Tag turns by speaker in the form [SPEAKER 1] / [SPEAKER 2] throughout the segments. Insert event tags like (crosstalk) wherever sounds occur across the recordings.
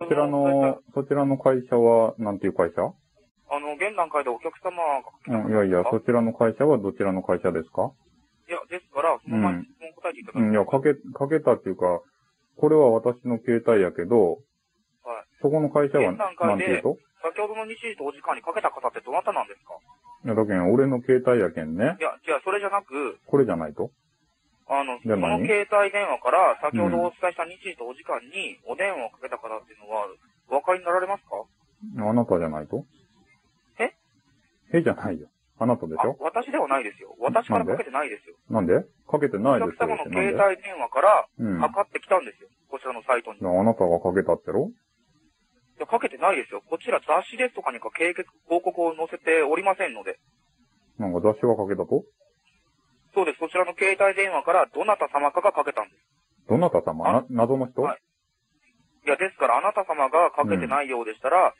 [SPEAKER 1] そちらの、そちらの会社は、なんていう会社
[SPEAKER 2] あの、現段階でお客様が来
[SPEAKER 1] うん、
[SPEAKER 2] て
[SPEAKER 1] いやいや、
[SPEAKER 2] ます
[SPEAKER 1] そ
[SPEAKER 2] か
[SPEAKER 1] ちらの会社はどちらの会社ですか
[SPEAKER 2] いや、ですから、その前に質問答えていただ
[SPEAKER 1] うん、いや、かけ、かけたっていうか、これは私の携帯やけど、
[SPEAKER 2] はい
[SPEAKER 1] そこの会社は、
[SPEAKER 2] 現段階
[SPEAKER 1] なん
[SPEAKER 2] で
[SPEAKER 1] ていうと
[SPEAKER 2] 先ほどの西とお時間にかけた方ってどなたなんですか
[SPEAKER 1] いや、だけん、俺の携帯やけんね。
[SPEAKER 2] いや、じゃあそれじゃなく、
[SPEAKER 1] これじゃないと
[SPEAKER 2] あの、そ
[SPEAKER 1] じゃあ
[SPEAKER 2] の
[SPEAKER 1] 何
[SPEAKER 2] 携帯電話から先ほどお伝えした西とお時間にお電話をかけた方っていうのは、お分かりになられますか
[SPEAKER 1] あなたじゃないと
[SPEAKER 2] え
[SPEAKER 1] えじゃないよ。あなたでし
[SPEAKER 2] あ
[SPEAKER 1] ょ
[SPEAKER 2] 私ではないですよ。私からかけてないですよ。
[SPEAKER 1] なんでかけて
[SPEAKER 2] お
[SPEAKER 1] ないで
[SPEAKER 2] 客
[SPEAKER 1] すよ。
[SPEAKER 2] 様の
[SPEAKER 1] なん
[SPEAKER 2] 携
[SPEAKER 1] で
[SPEAKER 2] 帯電話から
[SPEAKER 1] うん。
[SPEAKER 2] かかってきたんですよ。こちらのサイトに。い
[SPEAKER 1] いやあなたがかけたってろ
[SPEAKER 2] や、かけてないですよ。こちら雑誌ですとかにか経報告を載せておりませんので。
[SPEAKER 1] なんか雑誌がかけたと
[SPEAKER 2] そうです。こちらの携帯電話からどなた様かがかけたんです。
[SPEAKER 1] どなた様な謎の人、
[SPEAKER 2] はいいや、ですから、あなた様がかけてないようでしたら、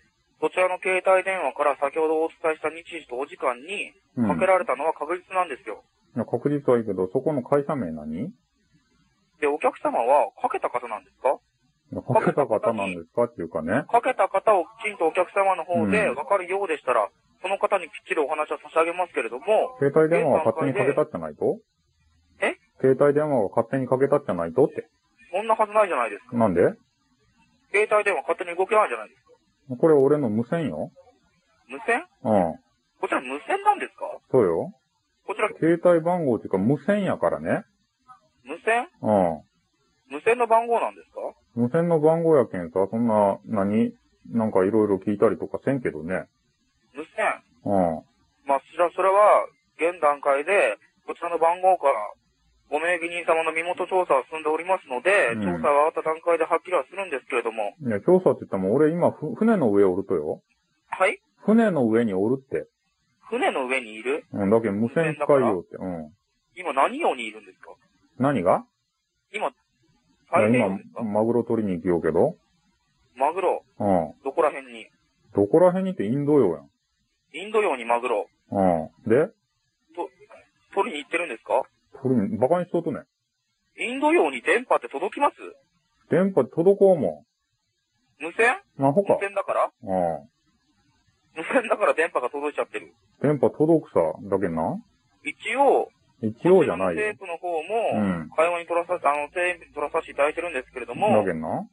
[SPEAKER 2] そちらの携帯電話から先ほどお伝えした日時とお時間に
[SPEAKER 1] うん。
[SPEAKER 2] かけられたのは確実なんですよ。
[SPEAKER 1] いや確実はいいけど、そこの会社名何い
[SPEAKER 2] で、お客様はかけた方なんですか
[SPEAKER 1] やかけた方なんですかっていうかね。
[SPEAKER 2] かけた方をきちんとお客様の方で
[SPEAKER 1] うん
[SPEAKER 2] わかるようでしたら、その方にきっちりお話を差し上げますけれども、
[SPEAKER 1] 携帯電話が勝手にかけたじゃないと
[SPEAKER 2] え
[SPEAKER 1] 携帯電話が勝手にかけたじゃないとって。
[SPEAKER 2] そんなはずないじゃないですか。
[SPEAKER 1] なんで
[SPEAKER 2] 携帯電話勝手に動けないじゃないですか。
[SPEAKER 1] これ俺の無線よ。
[SPEAKER 2] 無線
[SPEAKER 1] うん。
[SPEAKER 2] こちら無線なんですか
[SPEAKER 1] そうよ。
[SPEAKER 2] こちら
[SPEAKER 1] 携帯番号っていうか無線やからね。
[SPEAKER 2] 無線
[SPEAKER 1] うん。
[SPEAKER 2] 無線の番号なんですか
[SPEAKER 1] 無線の番号やけんさ、そんな、何なんかいろいろ聞いたりとかせんけどね。
[SPEAKER 2] 無線
[SPEAKER 1] うん。
[SPEAKER 2] まあ、それは、それは、現段階で、こちらの番号から、ご名義人様の身元調査は進んでおりますので、
[SPEAKER 1] うん
[SPEAKER 2] 調査があった段階ではっきりはするんですけれども、
[SPEAKER 1] いや、調査って言っても俺今ふ、船の上おるとよ。
[SPEAKER 2] はい
[SPEAKER 1] 船の上におるって。
[SPEAKER 2] 船の上にいる
[SPEAKER 1] うん、だけど無線使いよって。うん。
[SPEAKER 2] 今何用にいるんですか
[SPEAKER 1] 何が
[SPEAKER 2] 今、
[SPEAKER 1] い
[SPEAKER 2] 太平
[SPEAKER 1] や
[SPEAKER 2] 洋です
[SPEAKER 1] 今、
[SPEAKER 2] か
[SPEAKER 1] マグロ取りに行きようけど。
[SPEAKER 2] マグロ、
[SPEAKER 1] うん。
[SPEAKER 2] どこら辺に
[SPEAKER 1] どこら辺にってインド洋や
[SPEAKER 2] インド洋にマグロ、
[SPEAKER 1] ん。うん。で、
[SPEAKER 2] 取りに行ってるんですか
[SPEAKER 1] 取りに、バカにしとうとね。
[SPEAKER 2] インド洋に電波って届きます
[SPEAKER 1] 電波届こうも
[SPEAKER 2] 無線
[SPEAKER 1] ん。アホ
[SPEAKER 2] 無
[SPEAKER 1] か。
[SPEAKER 2] 線だから
[SPEAKER 1] うん。
[SPEAKER 2] 無線だから電波が届いちゃってる。
[SPEAKER 1] 電波届くさ、だけんな。
[SPEAKER 2] 一応、
[SPEAKER 1] 一応じゃない
[SPEAKER 2] テ
[SPEAKER 1] よ
[SPEAKER 2] ー。プの方
[SPEAKER 1] う
[SPEAKER 2] も
[SPEAKER 1] ん、
[SPEAKER 2] 会話に取らさ、あの、テープに取らさせていただいてるんですけれど
[SPEAKER 1] だ
[SPEAKER 2] も、
[SPEAKER 1] けんな。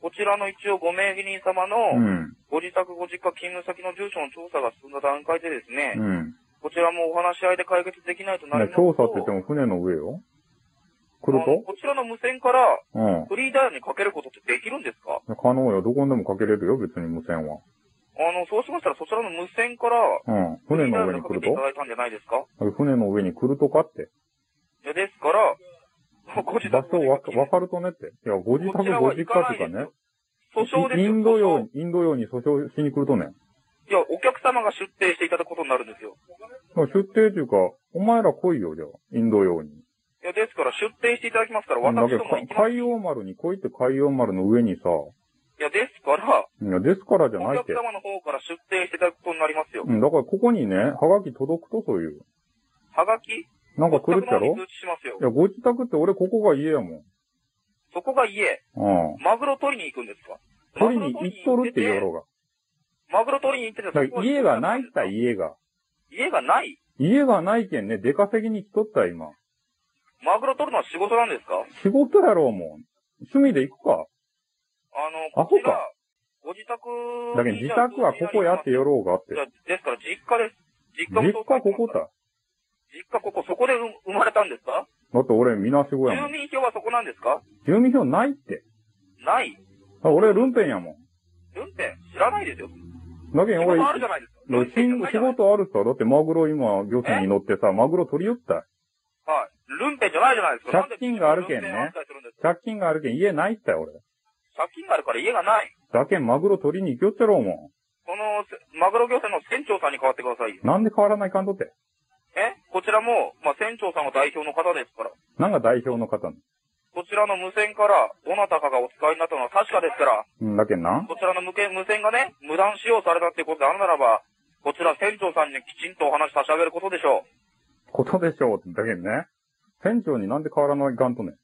[SPEAKER 2] こちらの一応ご名義人様
[SPEAKER 1] う
[SPEAKER 2] の、
[SPEAKER 1] ん。
[SPEAKER 2] ご自宅、ご実家、勤務先の住所の調査が進んだ段階でですね、
[SPEAKER 1] うん。
[SPEAKER 2] こちらもお話し合いで解決できないとなりま
[SPEAKER 1] ね
[SPEAKER 2] すと、
[SPEAKER 1] 調査って言っても船の上よ。来る
[SPEAKER 2] あの
[SPEAKER 1] と
[SPEAKER 2] こちらの無線から
[SPEAKER 1] うん。
[SPEAKER 2] フリーダイヤルにかけることってできるんですか
[SPEAKER 1] 可能よ。どこにでもかけれるよ、別に無線は。
[SPEAKER 2] あの、そうしましたらそちらの無線から、
[SPEAKER 1] うん。
[SPEAKER 2] フ
[SPEAKER 1] 船
[SPEAKER 2] リーダ
[SPEAKER 1] の
[SPEAKER 2] イヤル
[SPEAKER 1] 上に
[SPEAKER 2] にか
[SPEAKER 1] 来
[SPEAKER 2] け
[SPEAKER 1] る
[SPEAKER 2] ていた
[SPEAKER 1] と
[SPEAKER 2] だいたんじゃないですか
[SPEAKER 1] 船の上に来るとかって。
[SPEAKER 2] いやですから、ご自
[SPEAKER 1] 場
[SPEAKER 2] 宅、
[SPEAKER 1] 所わ
[SPEAKER 2] ご実
[SPEAKER 1] わ
[SPEAKER 2] 家
[SPEAKER 1] かるとねって。いや、ご自
[SPEAKER 2] こ
[SPEAKER 1] 宅
[SPEAKER 2] ちら
[SPEAKER 1] ご
[SPEAKER 2] は
[SPEAKER 1] 実
[SPEAKER 2] 行か
[SPEAKER 1] 家っ
[SPEAKER 2] ない
[SPEAKER 1] ていうか
[SPEAKER 2] です
[SPEAKER 1] ね
[SPEAKER 2] よ。訴訟です
[SPEAKER 1] イ
[SPEAKER 2] よ。
[SPEAKER 1] ンド
[SPEAKER 2] 訴訟
[SPEAKER 1] 洋、インド洋に訴訟しに来るとね。
[SPEAKER 2] いや、お客様が出廷していただくことになるんですよ。
[SPEAKER 1] まあ出廷というか、お前ら来いよ、じゃあ。インド洋に。
[SPEAKER 2] いや、ですから、出店していただきますから、
[SPEAKER 1] だ
[SPEAKER 2] 私
[SPEAKER 1] け
[SPEAKER 2] ど
[SPEAKER 1] ど、
[SPEAKER 2] も
[SPEAKER 1] か
[SPEAKER 2] 行きます。
[SPEAKER 1] 海洋丸に来いって海洋丸の上にさ、
[SPEAKER 2] いや、ですから、
[SPEAKER 1] いや、ですからじゃ
[SPEAKER 2] お
[SPEAKER 1] ないっ
[SPEAKER 2] 客
[SPEAKER 1] て。
[SPEAKER 2] 様の方から出店していただくことになりますよ
[SPEAKER 1] う。ん、だからここにね、ハガキ届くとそういう。
[SPEAKER 2] はがき、
[SPEAKER 1] なんか来るっ
[SPEAKER 2] 客
[SPEAKER 1] ち
[SPEAKER 2] の
[SPEAKER 1] ゃ
[SPEAKER 2] 方
[SPEAKER 1] ろ
[SPEAKER 2] に通知しますよ
[SPEAKER 1] い。や、ご自宅って俺ここが家やも
[SPEAKER 2] そこが家、
[SPEAKER 1] ん。うん。
[SPEAKER 2] マグロ取りに行くんですか
[SPEAKER 1] 取りに行っとるって言うやろうが。
[SPEAKER 2] マグロ取りに行ってて、
[SPEAKER 1] だから家がないった、
[SPEAKER 2] 家。
[SPEAKER 1] 家が。
[SPEAKER 2] 家がない
[SPEAKER 1] 家がないけんね、出稼ぎに来とった、今。
[SPEAKER 2] マグロ取るのは仕事なんですか
[SPEAKER 1] 仕事やろうもん。趣味で行くか。
[SPEAKER 2] あの、
[SPEAKER 1] ア
[SPEAKER 2] こ
[SPEAKER 1] ホ
[SPEAKER 2] ちら
[SPEAKER 1] か、
[SPEAKER 2] ご自宅
[SPEAKER 1] だけど自宅はここやってやろうがって
[SPEAKER 2] い。やですから、実家です。実家
[SPEAKER 1] 実
[SPEAKER 2] も
[SPEAKER 1] 家
[SPEAKER 2] そう
[SPEAKER 1] ここだ。
[SPEAKER 2] 実家ここ、そこで生生まれたんですか
[SPEAKER 1] だって俺、みなしごや
[SPEAKER 2] 住
[SPEAKER 1] もん。
[SPEAKER 2] 民票はそこなんですか
[SPEAKER 1] 住民票ないって。
[SPEAKER 2] ない。
[SPEAKER 1] だから俺、ルンペンやも
[SPEAKER 2] 運転知らないですよ。
[SPEAKER 1] ん。だけ
[SPEAKER 2] 仕
[SPEAKER 1] ど
[SPEAKER 2] 事
[SPEAKER 1] 俺、
[SPEAKER 2] あるじゃないですか。運転じゃない
[SPEAKER 1] 仕
[SPEAKER 2] じゃない
[SPEAKER 1] 事あるさ。だってマグロ今、漁船に乗ってさ、マグロ取り寄った。
[SPEAKER 2] はい。ルンペンじゃないじゃないですか。
[SPEAKER 1] 借金があるけんね
[SPEAKER 2] なんで運転扱いするんですか
[SPEAKER 1] 借金があるけん、家ないったよ、俺。
[SPEAKER 2] 借金があるから家がない。
[SPEAKER 1] だけんマグロ取りに行きよっちゃろうも
[SPEAKER 2] この、せマグロ漁船の船長さんに代わってくださいよ。
[SPEAKER 1] ん。なんで変わらないかんとって。
[SPEAKER 2] えこちらも、まあ、船長さんが代表の方ですから。
[SPEAKER 1] なんか代表の方の。
[SPEAKER 2] こちらの無線から、どなたかがお使いになったのは確かですから、
[SPEAKER 1] うん、だけんな。
[SPEAKER 2] こちらの無線無線がね、無断使用されたっていうことであるならば、こちら船長さんにきちんとお話し差し上げることでしょう。
[SPEAKER 1] ことでしょうって。だけんね。船長になんで変わらないかんとね。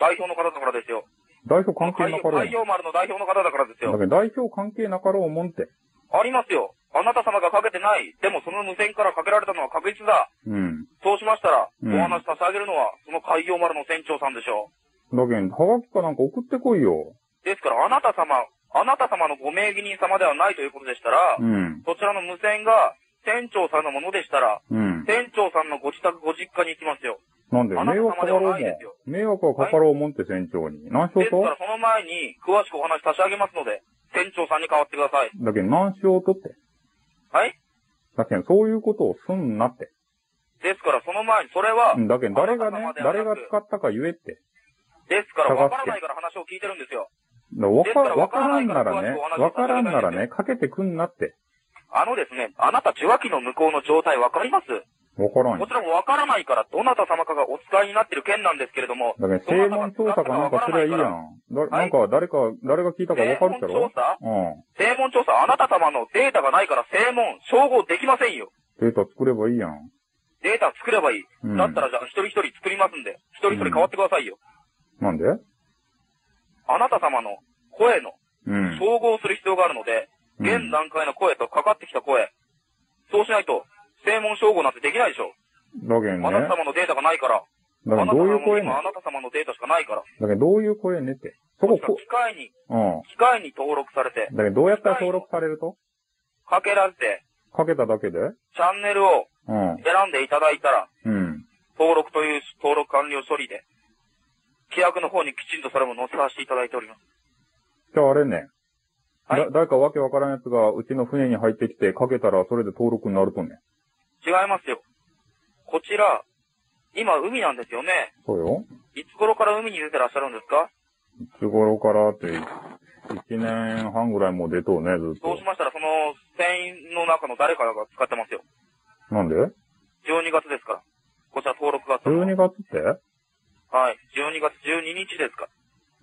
[SPEAKER 2] 代表の方だからですよ。
[SPEAKER 1] 代表関係なかろうもん。
[SPEAKER 2] 海洋丸の代表の方だからです
[SPEAKER 1] だ
[SPEAKER 2] よ。
[SPEAKER 1] けど代表関係なかろうもんって。
[SPEAKER 2] ありますよ。あなた様がかけてない。でもその無線からかけられたのは確実だ。
[SPEAKER 1] うん。
[SPEAKER 2] そうしましたら、
[SPEAKER 1] うん
[SPEAKER 2] お話差し上げるのは、その海洋丸の船長さんでしょ
[SPEAKER 1] だけど、はがきかなんか送ってこいよ。
[SPEAKER 2] う。ですから、あなた様、あなた様のご名義人様ではないということでしたら、
[SPEAKER 1] うん。
[SPEAKER 2] そちらの無線が、船長さんのものでしたら、
[SPEAKER 1] うん。
[SPEAKER 2] 船長さんのご自宅、ご実家に行きますよ。
[SPEAKER 1] なんで、
[SPEAKER 2] あな
[SPEAKER 1] 迷
[SPEAKER 2] た
[SPEAKER 1] 惑か
[SPEAKER 2] 様で
[SPEAKER 1] かろ
[SPEAKER 2] は
[SPEAKER 1] うも
[SPEAKER 2] なんいですよ。
[SPEAKER 1] 迷惑はかかろうもんって船長に。何しよ
[SPEAKER 2] で
[SPEAKER 1] う
[SPEAKER 2] すか
[SPEAKER 1] と
[SPEAKER 2] ら、その前に、詳しくお話差し上げますので、船長さんに代わってください。
[SPEAKER 1] だけど、何しようとって。
[SPEAKER 2] はい
[SPEAKER 1] だけど、そういうことをすんなって。
[SPEAKER 2] ですから、その前に、それは
[SPEAKER 1] う、んだけど、誰が
[SPEAKER 2] あ
[SPEAKER 1] ね
[SPEAKER 2] な、た様で
[SPEAKER 1] 誰
[SPEAKER 2] はな
[SPEAKER 1] が
[SPEAKER 2] く
[SPEAKER 1] 使ったか言えって。
[SPEAKER 2] ですから、
[SPEAKER 1] 探
[SPEAKER 2] わ
[SPEAKER 1] す
[SPEAKER 2] か
[SPEAKER 1] け
[SPEAKER 2] らないから話を聞いてるんですよ。
[SPEAKER 1] だからわ
[SPEAKER 2] です
[SPEAKER 1] か
[SPEAKER 2] から
[SPEAKER 1] わからんならね、わ
[SPEAKER 2] わ
[SPEAKER 1] か
[SPEAKER 2] からら
[SPEAKER 1] ん
[SPEAKER 2] ん
[SPEAKER 1] な
[SPEAKER 2] なら
[SPEAKER 1] らね、かけてくんなって。
[SPEAKER 2] あのですね、あなた受話器の向こうの状態わかります
[SPEAKER 1] わからん
[SPEAKER 2] こ
[SPEAKER 1] よ
[SPEAKER 2] ち。らもわからないから、どなた様かがお使いになってる件なんですけれども、
[SPEAKER 1] だけど、正門調査かなんかすりゃいいやん。だ
[SPEAKER 2] は
[SPEAKER 1] なん
[SPEAKER 2] い
[SPEAKER 1] か、誰か、誰が聞いたかわ
[SPEAKER 2] 正
[SPEAKER 1] かるっ
[SPEAKER 2] 門
[SPEAKER 1] ちゃろ
[SPEAKER 2] 調査
[SPEAKER 1] うん。
[SPEAKER 2] 正門調査、あなた様のデータがないから正門、照合できませんよ。
[SPEAKER 1] データ作ればいいやん。
[SPEAKER 2] データ作ればいい。
[SPEAKER 1] うん
[SPEAKER 2] だったらじゃあ一人一人作りますんで、一人一人変わってくださいよ。
[SPEAKER 1] なんで
[SPEAKER 2] あなた様の声の
[SPEAKER 1] うん。
[SPEAKER 2] 総合する必要があるので、
[SPEAKER 1] うん
[SPEAKER 2] 現段階の声とかかってきた声、そうしないと、正門照合なんてできないでしょ。
[SPEAKER 1] だけどね。
[SPEAKER 2] あなた様のデータがないから、
[SPEAKER 1] だけ
[SPEAKER 2] あな
[SPEAKER 1] ど、
[SPEAKER 2] た
[SPEAKER 1] どうい
[SPEAKER 2] 様
[SPEAKER 1] う声
[SPEAKER 2] も
[SPEAKER 1] ね。
[SPEAKER 2] 今あなた様のデータしかないから、
[SPEAKER 1] だけど、どういう声ねって。そ
[SPEAKER 2] こ
[SPEAKER 1] こ、
[SPEAKER 2] ちら
[SPEAKER 1] こ
[SPEAKER 2] 機械に、
[SPEAKER 1] うん。
[SPEAKER 2] 機械に登録されて、
[SPEAKER 1] だけど、どうやったら登録されると
[SPEAKER 2] かけられて、
[SPEAKER 1] かけただけで
[SPEAKER 2] チャンネルを
[SPEAKER 1] うん。
[SPEAKER 2] 選んでいただいたら、
[SPEAKER 1] うん。
[SPEAKER 2] 登録という登録完了処理で、規約の方にきちんとそれも載せさせていただいております。
[SPEAKER 1] じゃああれね。
[SPEAKER 2] はい
[SPEAKER 1] だ、誰かわけわからんやつが、うちの船に入ってきて、かけたら、それで登録になるとね。
[SPEAKER 2] 違いますよ。こちら、今海なんですよね。
[SPEAKER 1] そうよ。
[SPEAKER 2] いつ頃から海に出てらっしゃるんですか
[SPEAKER 1] いつ頃からって、一年半ぐらいもう出とうね、ずっ
[SPEAKER 2] そう
[SPEAKER 1] と
[SPEAKER 2] し。ましたら、その船員の中の誰かが使ってますよ。
[SPEAKER 1] なんで
[SPEAKER 2] 12月ですから。こちら登録が。
[SPEAKER 1] ?12 月って
[SPEAKER 2] はい。12月12日ですか。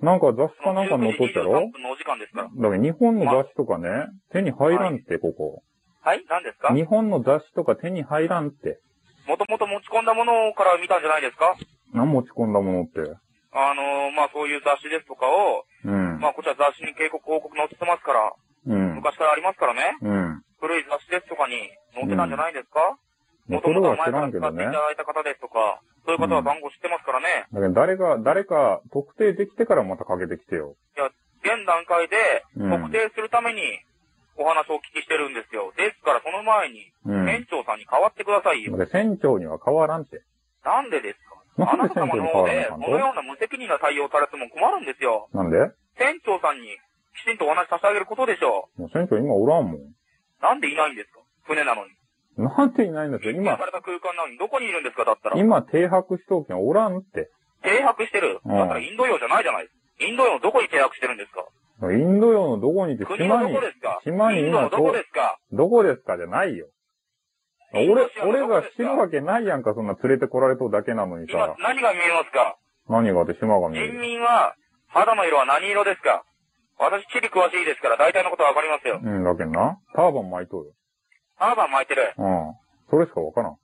[SPEAKER 1] なんか雑誌
[SPEAKER 2] そ
[SPEAKER 1] か
[SPEAKER 2] の
[SPEAKER 1] なんか
[SPEAKER 2] 19
[SPEAKER 1] 残
[SPEAKER 2] 時
[SPEAKER 1] っちゃろ
[SPEAKER 2] 23分のお時間ですから。
[SPEAKER 1] だけど日本の雑誌とかね、手に入らんって、ここ。
[SPEAKER 2] はい何ですか
[SPEAKER 1] 日本の雑誌とか手に入らんって。
[SPEAKER 2] もともと持ち込んだものから見たんじゃないですか
[SPEAKER 1] 何持ち込んだものって。
[SPEAKER 2] あのーまあ、そういう雑誌ですとかを、
[SPEAKER 1] うん。
[SPEAKER 2] まあ、こちら雑誌に警告広告載ってますから、
[SPEAKER 1] うん。
[SPEAKER 2] 昔からありますからね。
[SPEAKER 1] うん。
[SPEAKER 2] 古い雑誌ですとかに載ってたんじゃないですか、も
[SPEAKER 1] もう
[SPEAKER 2] と
[SPEAKER 1] それ
[SPEAKER 2] もと
[SPEAKER 1] は
[SPEAKER 2] 前か
[SPEAKER 1] 知
[SPEAKER 2] らら
[SPEAKER 1] ん
[SPEAKER 2] 使
[SPEAKER 1] け
[SPEAKER 2] っ
[SPEAKER 1] ど
[SPEAKER 2] てい
[SPEAKER 1] ね
[SPEAKER 2] た。だいた方ですとか、そういう方は番号知ってますからね。
[SPEAKER 1] だけど誰が、誰か特定できてからまたかけてきてよ。
[SPEAKER 2] 現段階で
[SPEAKER 1] う
[SPEAKER 2] 特
[SPEAKER 1] ん
[SPEAKER 2] 定するためにお話をお聞きしてるんですよ。ですからその前に、
[SPEAKER 1] うん。
[SPEAKER 2] 店長さんに代わってくださいよ。
[SPEAKER 1] だけど船長には変わらんって。
[SPEAKER 2] なんでですか
[SPEAKER 1] な
[SPEAKER 2] あ
[SPEAKER 1] んで
[SPEAKER 2] なた
[SPEAKER 1] 船
[SPEAKER 2] 様
[SPEAKER 1] 長
[SPEAKER 2] の方
[SPEAKER 1] に変わら
[SPEAKER 2] で
[SPEAKER 1] な、い
[SPEAKER 2] こ
[SPEAKER 1] の
[SPEAKER 2] のような無責任な対応されても困るんですよ。
[SPEAKER 1] なんで
[SPEAKER 2] 店長さんにきちんとお話しさせてあげることでしょ
[SPEAKER 1] もう船長今おらんもん。
[SPEAKER 2] う。なんでいないんですか船なのに。
[SPEAKER 1] なんていないんですよ。
[SPEAKER 2] 密閉
[SPEAKER 1] 今
[SPEAKER 2] さ、れた空間なのにどこにいるんですかだったら。
[SPEAKER 1] 今停泊しとうけんおらんって。
[SPEAKER 2] 停泊してる。
[SPEAKER 1] うん
[SPEAKER 2] だったらインド洋じゃないじゃない。インド洋のどこに停泊してるんですか
[SPEAKER 1] インド洋のどこにいて、
[SPEAKER 2] 国の
[SPEAKER 1] 島
[SPEAKER 2] ど
[SPEAKER 1] に
[SPEAKER 2] こ、ですか
[SPEAKER 1] 島に
[SPEAKER 2] インド
[SPEAKER 1] 今
[SPEAKER 2] のどこですか
[SPEAKER 1] どこですかじゃないよ。
[SPEAKER 2] インド
[SPEAKER 1] 俺
[SPEAKER 2] 洋、
[SPEAKER 1] 俺
[SPEAKER 2] のどこ
[SPEAKER 1] が
[SPEAKER 2] ですか
[SPEAKER 1] 知るわけないやんか、そんな連れてこられとうだけなのに
[SPEAKER 2] 今
[SPEAKER 1] さ。
[SPEAKER 2] 何が見えますか
[SPEAKER 1] 何があって島が見え
[SPEAKER 2] 人
[SPEAKER 1] る。
[SPEAKER 2] 民は肌の色は何色ですか私、地理詳しいですから大体のことはわかりますよ。
[SPEAKER 1] うん、だけんな。ターバン巻いとうよ。
[SPEAKER 2] ターバン巻いてる。
[SPEAKER 1] うん。それしかわからん。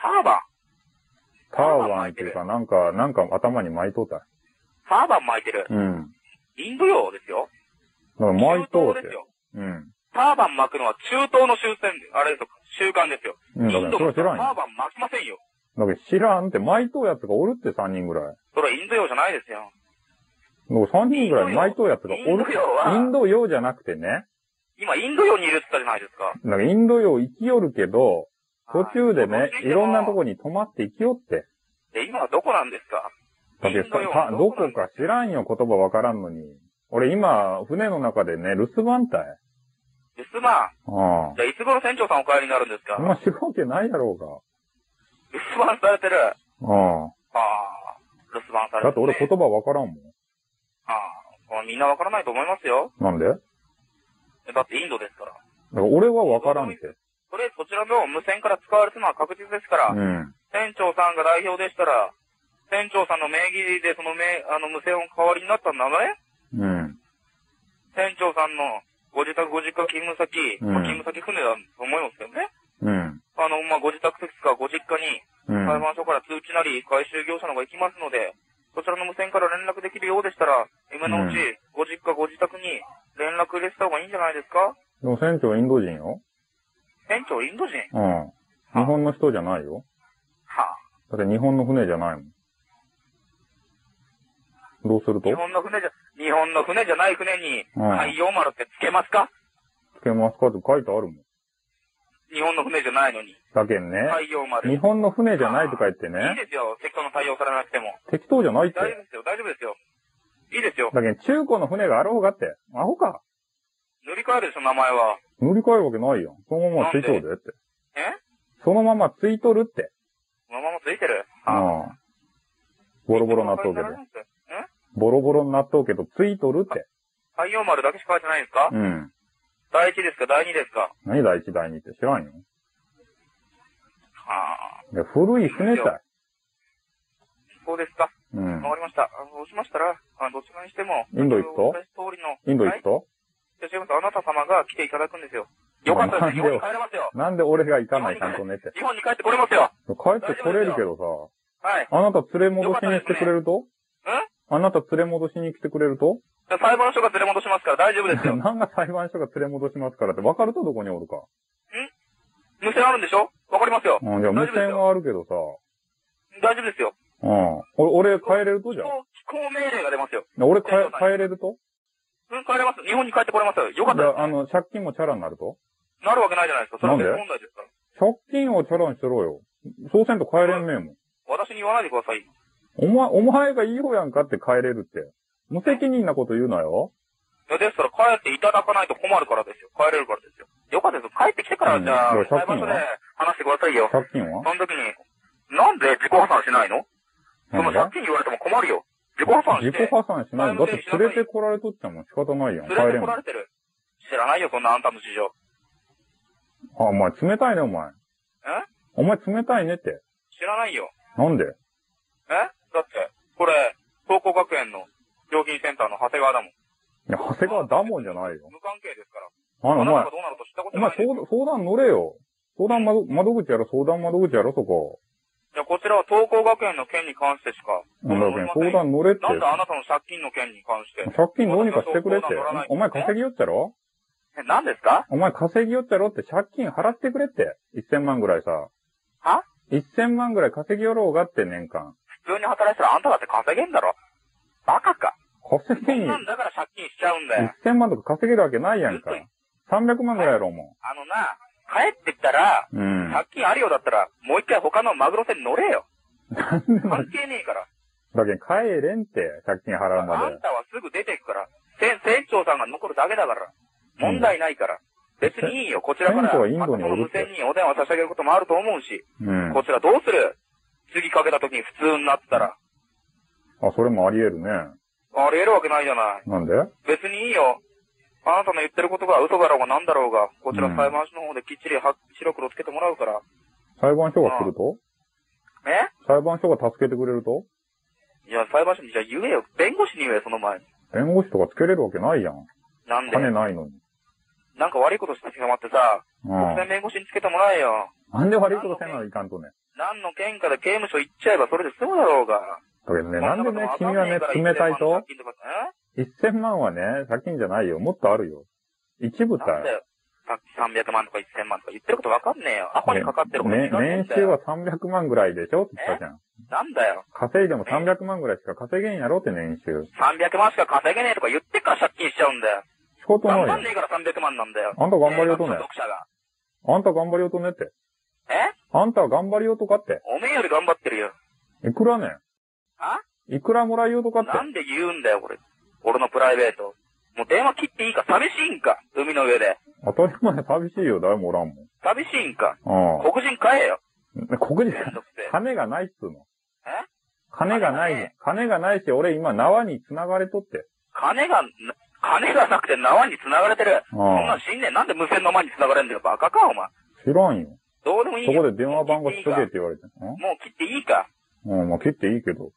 [SPEAKER 2] ターバン
[SPEAKER 1] ターバンっていうか、なんか、なんか頭に巻いとうたい。
[SPEAKER 2] ターバン巻いてる。
[SPEAKER 1] うん。
[SPEAKER 2] インド洋ですよ。
[SPEAKER 1] だから巻いとう
[SPEAKER 2] 中東
[SPEAKER 1] て
[SPEAKER 2] です。よ。
[SPEAKER 1] うん。
[SPEAKER 2] ターバン巻くのは中東の終戦、あれですよ、習慣ですよ。
[SPEAKER 1] うん、
[SPEAKER 2] イ
[SPEAKER 1] だ
[SPEAKER 2] ン
[SPEAKER 1] け
[SPEAKER 2] ド
[SPEAKER 1] ど、
[SPEAKER 2] の
[SPEAKER 1] そ
[SPEAKER 2] 人
[SPEAKER 1] れ
[SPEAKER 2] は
[SPEAKER 1] は知らんよ。
[SPEAKER 2] ターバン巻きませんよ。
[SPEAKER 1] だけど知らんって、毎頭やつがおるって3人ぐらい。だか
[SPEAKER 2] それはインド洋じゃないですよ。
[SPEAKER 1] ら3人ぐらい毎頭やつがおるっ
[SPEAKER 2] インド
[SPEAKER 1] て
[SPEAKER 2] 洋は
[SPEAKER 1] インド洋じゃなくてね。
[SPEAKER 2] 今、インド洋にいるって言ったじゃないですか。
[SPEAKER 1] だからインド洋行きよるけど、途中でね、いろんなと
[SPEAKER 2] こ。
[SPEAKER 1] こに泊まって行きよって。
[SPEAKER 2] え、今はどこなんですか
[SPEAKER 1] だって
[SPEAKER 2] インド洋
[SPEAKER 1] さ、
[SPEAKER 2] の
[SPEAKER 1] ど
[SPEAKER 2] ど
[SPEAKER 1] こ
[SPEAKER 2] こなん
[SPEAKER 1] か知らんよ、言葉わからんのに。俺今、船の中でね、留守番隊。
[SPEAKER 2] 留守番。
[SPEAKER 1] あ
[SPEAKER 2] じゃあ、いつ頃船長さんお帰りになるんです
[SPEAKER 1] あ。
[SPEAKER 2] か
[SPEAKER 1] 今知るわけないだろ
[SPEAKER 2] 留守番されてる。
[SPEAKER 1] うが。あ
[SPEAKER 2] ああ、留守番されて
[SPEAKER 1] あ。
[SPEAKER 2] る、
[SPEAKER 1] だって俺言葉わからんもん。
[SPEAKER 2] ああ、これみんなわからないと思いますよ。
[SPEAKER 1] なんでだか
[SPEAKER 2] だってインドですから。
[SPEAKER 1] ら俺はわからんって。
[SPEAKER 2] それ、そちらの無線から使われてるのは確実ですから、
[SPEAKER 1] うん。
[SPEAKER 2] 船長さんが代表でしたら、船長さんの名義でその名、あの、無線を代わりになったんだね。
[SPEAKER 1] うん。
[SPEAKER 2] 船長さんのご自宅、ご実家、勤務先、
[SPEAKER 1] うん
[SPEAKER 2] まあ勤務先船だと思いますけどね。
[SPEAKER 1] うん。
[SPEAKER 2] あの、まあ、ご自宅ですか、ご実家に、
[SPEAKER 1] うん。
[SPEAKER 2] 裁判所から通知なり、回収業者の方が行きますので、そちらの無線から連絡できるようでしたら、今のうち、ご実家、ご自宅に連絡入れてた方がいいんじゃないですか
[SPEAKER 1] でも船長インド人よ。
[SPEAKER 2] 船長インド人
[SPEAKER 1] うん。日本の人じゃないよ。
[SPEAKER 2] はあ、
[SPEAKER 1] だって日本の船じゃないもん。どうすると
[SPEAKER 2] 日本の船じゃ、日本の船じゃない船に、
[SPEAKER 1] うん
[SPEAKER 2] 海洋丸ってつけますか
[SPEAKER 1] つけますかって書いてあるもん。
[SPEAKER 2] 日本の船じゃないのに。
[SPEAKER 1] だけんね。
[SPEAKER 2] 海洋丸。
[SPEAKER 1] 日本の船じゃないとか言って
[SPEAKER 2] いい
[SPEAKER 1] ね。
[SPEAKER 2] ですよ。適当な対応されなくても。
[SPEAKER 1] 適当じゃないって。
[SPEAKER 2] 大丈夫ですよ。大丈夫ですよ。いいですよ。
[SPEAKER 1] だけん中古の船があろうがって。アホか。
[SPEAKER 2] 塗り替えるでしょ、名前は。
[SPEAKER 1] 乗り換えるわけないやん。そのままついとるでって。
[SPEAKER 2] え
[SPEAKER 1] そのままついとるって。
[SPEAKER 2] そのままついてる
[SPEAKER 1] う
[SPEAKER 2] あ
[SPEAKER 1] ん。ボロボロ納豆けど。
[SPEAKER 2] え
[SPEAKER 1] ボロボロになっとうけど、ついとるって。
[SPEAKER 2] 海洋丸だけしか書いてないですか
[SPEAKER 1] うん。
[SPEAKER 2] 第一ですか第二ですか
[SPEAKER 1] 何第一第二って知らんよ。
[SPEAKER 2] はあ。
[SPEAKER 1] で古い船たい。
[SPEAKER 2] そうですか。
[SPEAKER 1] うん。
[SPEAKER 2] わかりました。あそうしましたら、あどちらにしても、
[SPEAKER 1] インド行くと
[SPEAKER 2] お伝えした通りの
[SPEAKER 1] インド行
[SPEAKER 2] はい
[SPEAKER 1] くと
[SPEAKER 2] じゃあ、違いますあなた様が来ていただくんですよ。よかったですね。日本に帰れますよ。
[SPEAKER 1] なんで俺が行かないかんとねって。
[SPEAKER 2] 日本に帰ってこれますよ。
[SPEAKER 1] 帰ってこれるけど
[SPEAKER 2] はい。
[SPEAKER 1] さ、あなた連れ戻しに来てくれると
[SPEAKER 2] ん
[SPEAKER 1] あなた連れ戻しに来てくれ
[SPEAKER 2] (laughs)
[SPEAKER 1] ると
[SPEAKER 2] じゃあ裁判所が連れ戻しますから大丈夫ですよ。
[SPEAKER 1] 何が裁判所が連れ戻しますからって分かるとどこにおるか。
[SPEAKER 2] 無線あるんでしょわかりますよ。
[SPEAKER 1] うん、じゃあ無線はあるけどさ、
[SPEAKER 2] 大丈夫ですよ。
[SPEAKER 1] うん。俺、俺帰れるとじゃ
[SPEAKER 2] 飛行飛行命令が出ますよ。
[SPEAKER 1] ん。俺帰、帰れると
[SPEAKER 2] うん、帰れます。日本に帰ってこれますよ。よかっ
[SPEAKER 1] じ
[SPEAKER 2] た
[SPEAKER 1] ゃ
[SPEAKER 2] です
[SPEAKER 1] あ、あの、借金もチャラになると
[SPEAKER 2] なるわけないじゃないですか。それは別
[SPEAKER 1] なんで
[SPEAKER 2] 問題ですから。
[SPEAKER 1] 借金をチャラにしろよ。そうせんと帰れんねえもん。
[SPEAKER 2] 私に言わないでください。
[SPEAKER 1] お前、お前がいい方やんかって帰れるって。無責任なこと言うなよ。
[SPEAKER 2] いや、ですから帰っていただかないと困るからですよ。帰れるからですよ。よかったですよ。帰ってきてから、
[SPEAKER 1] うん
[SPEAKER 2] じゃあ
[SPEAKER 1] いや、借
[SPEAKER 2] 裁判
[SPEAKER 1] 金
[SPEAKER 2] 所で
[SPEAKER 1] は
[SPEAKER 2] 話してくださいよ。
[SPEAKER 1] 借金は
[SPEAKER 2] その時に、なんで自己破産しないのそ
[SPEAKER 1] な
[SPEAKER 2] の
[SPEAKER 1] んだ
[SPEAKER 2] 借金言われても困るよ。自己破産
[SPEAKER 1] 自
[SPEAKER 2] し
[SPEAKER 1] 己
[SPEAKER 2] て、
[SPEAKER 1] 破産しない。だって連れてこられとっても仕方ないやん。帰
[SPEAKER 2] 連れて
[SPEAKER 1] れ
[SPEAKER 2] こ
[SPEAKER 1] んもん
[SPEAKER 2] ら。れてる。知らないよ、そんなあんたの事情。
[SPEAKER 1] あ、お前冷たいね、お前。お前冷たいねって。
[SPEAKER 2] 知らないよ。
[SPEAKER 1] なんで
[SPEAKER 2] えだって、これ、東光学園の料金センターの長谷川だもん。
[SPEAKER 1] いや、長谷川だもんじゃないよ。
[SPEAKER 2] 無関係ですから。
[SPEAKER 1] あの、お
[SPEAKER 2] あなた
[SPEAKER 1] 前
[SPEAKER 2] が、どうなると知ったこ
[SPEAKER 1] お
[SPEAKER 2] とな
[SPEAKER 1] 前
[SPEAKER 2] いです
[SPEAKER 1] 相談相談乗れよ。相談窓窓口やろ、相談窓口やろ、そこ。
[SPEAKER 2] いや、こちらは東光学園の件に関してしか。
[SPEAKER 1] なんだ
[SPEAKER 2] どうな
[SPEAKER 1] け
[SPEAKER 2] りません
[SPEAKER 1] 相談乗れって。
[SPEAKER 2] なんであなたの借金の件に関して。
[SPEAKER 1] 借金どうにかしてくれって
[SPEAKER 2] 相談乗らない。
[SPEAKER 1] お前稼ぎよっちゃろ
[SPEAKER 2] え、何ですか
[SPEAKER 1] お前稼ぎよっちゃろって借金払ってくれって。1000万ぐらいさ。
[SPEAKER 2] は
[SPEAKER 1] 1000万ぐらい稼ぎよろうがって年間。
[SPEAKER 2] 普通に働いてたらあんただって稼げんだろ。バカか。
[SPEAKER 1] 稼
[SPEAKER 2] そ
[SPEAKER 1] ぎ
[SPEAKER 2] ん
[SPEAKER 1] に
[SPEAKER 2] なんだから借金しちゃうんだよ。
[SPEAKER 1] 1000万とか稼げるわけないやんか
[SPEAKER 2] ずっと。
[SPEAKER 1] 300万ぐらいやろ、も
[SPEAKER 2] あのな、帰ってきたら、
[SPEAKER 1] う。うん。
[SPEAKER 2] 借金あるようだったら、もう一回他のマグロ船乗れよ。
[SPEAKER 1] なんでも
[SPEAKER 2] 関係ねえから。
[SPEAKER 1] だけど帰れんって、借金払う
[SPEAKER 2] あ
[SPEAKER 1] まで
[SPEAKER 2] ん。たはすぐ出ていくから。船、船長さんが残るだけだから。問題ないから。別にいいよ、こちらから。
[SPEAKER 1] 船長はインドにお
[SPEAKER 2] あなたの
[SPEAKER 1] る
[SPEAKER 2] 無
[SPEAKER 1] って
[SPEAKER 2] 線にお電話差し上げることもあると思うし。
[SPEAKER 1] うん。あ
[SPEAKER 2] こ、ちらどうする次かけた時に普通になってたら。
[SPEAKER 1] それもあり得るね。
[SPEAKER 2] あり得るわけないじゃない。
[SPEAKER 1] なんで
[SPEAKER 2] 別にいいよ。あなたの言ってることが嘘だろうが何だろうが、こちら
[SPEAKER 1] うん
[SPEAKER 2] 裁判所の方できっちりは白黒つけてもらうから。
[SPEAKER 1] 裁判所が来ると
[SPEAKER 2] ね
[SPEAKER 1] 裁判所が助けてくれると
[SPEAKER 2] いや、裁判所にじゃあ言えよ。弁護士に言えよ、その前に。
[SPEAKER 1] 弁護士とかつけれるわけないやん。
[SPEAKER 2] なんで
[SPEAKER 1] 金ないのに。
[SPEAKER 2] なんか悪いことした捕まってさ、
[SPEAKER 1] う
[SPEAKER 2] 国
[SPEAKER 1] ん。
[SPEAKER 2] 際弁護士につけてもらえよ。
[SPEAKER 1] なんで悪いことせんのいかんとね。
[SPEAKER 2] 何の件かで刑務所行っちゃえばそれで済むだろうが。
[SPEAKER 1] だけどね、なんでね、
[SPEAKER 2] そ
[SPEAKER 1] 君
[SPEAKER 2] な
[SPEAKER 1] は
[SPEAKER 2] ことわか、
[SPEAKER 1] ね
[SPEAKER 2] んねえか
[SPEAKER 1] 冷た
[SPEAKER 2] ら
[SPEAKER 1] いと
[SPEAKER 2] 一千万の借金とか
[SPEAKER 1] ?1000 万はね、借金じゃないよ。もっとあるよ。一部
[SPEAKER 2] えなんだよ。
[SPEAKER 1] だよ。
[SPEAKER 2] さっき300万とか1000万とか言ってることわかんねえよ。アホにかかってること
[SPEAKER 1] ね
[SPEAKER 2] 時間ねえん
[SPEAKER 1] 年
[SPEAKER 2] だ
[SPEAKER 1] 収
[SPEAKER 2] よ
[SPEAKER 1] は300万ぐらいでしょって言ったじゃん。
[SPEAKER 2] なんだよ。
[SPEAKER 1] 稼いでも300万ぐらいしか稼げんやろって年収。
[SPEAKER 2] 300万しか稼げねえとか言ってっから借金しちゃうんだよ。
[SPEAKER 1] 仕事な
[SPEAKER 2] 頑張ん
[SPEAKER 1] い
[SPEAKER 2] ねえ
[SPEAKER 1] よ。
[SPEAKER 2] から300万なんだよ。
[SPEAKER 1] あんた頑張りようと
[SPEAKER 2] 映画
[SPEAKER 1] ね
[SPEAKER 2] の。読者が。
[SPEAKER 1] あんた頑張りようとねって。
[SPEAKER 2] え
[SPEAKER 1] あんたは頑張りようとかって。
[SPEAKER 2] おめえより頑張ってるよ。
[SPEAKER 1] いくらね
[SPEAKER 2] あ
[SPEAKER 1] いくらもらいようとかって。
[SPEAKER 2] なんで言うんだよ、これ。俺のプライベート。もう電話切っていいか寂しいんか海の上で。
[SPEAKER 1] 当たり前寂しいよ、誰もおらんもん。
[SPEAKER 2] 寂しいんか
[SPEAKER 1] あ
[SPEAKER 2] 黒人買えよ。
[SPEAKER 1] あ。国人
[SPEAKER 2] めん、どくせえ。
[SPEAKER 1] 金がないっつうの。
[SPEAKER 2] え
[SPEAKER 1] 金がないの。金がないし、俺今縄に繋がれとって。
[SPEAKER 2] 金がな、金がなくて縄に繋がれてる。そんな
[SPEAKER 1] ああ
[SPEAKER 2] ん。死んねえ。なんで無線の前に繋がれんだよ。バカか、お前。
[SPEAKER 1] 知らんよ。
[SPEAKER 2] どうでもいい
[SPEAKER 1] そ
[SPEAKER 2] よ
[SPEAKER 1] こで電話番号しとけって言われて。
[SPEAKER 2] もう切っていいか
[SPEAKER 1] んうん、まあ切っていいけど。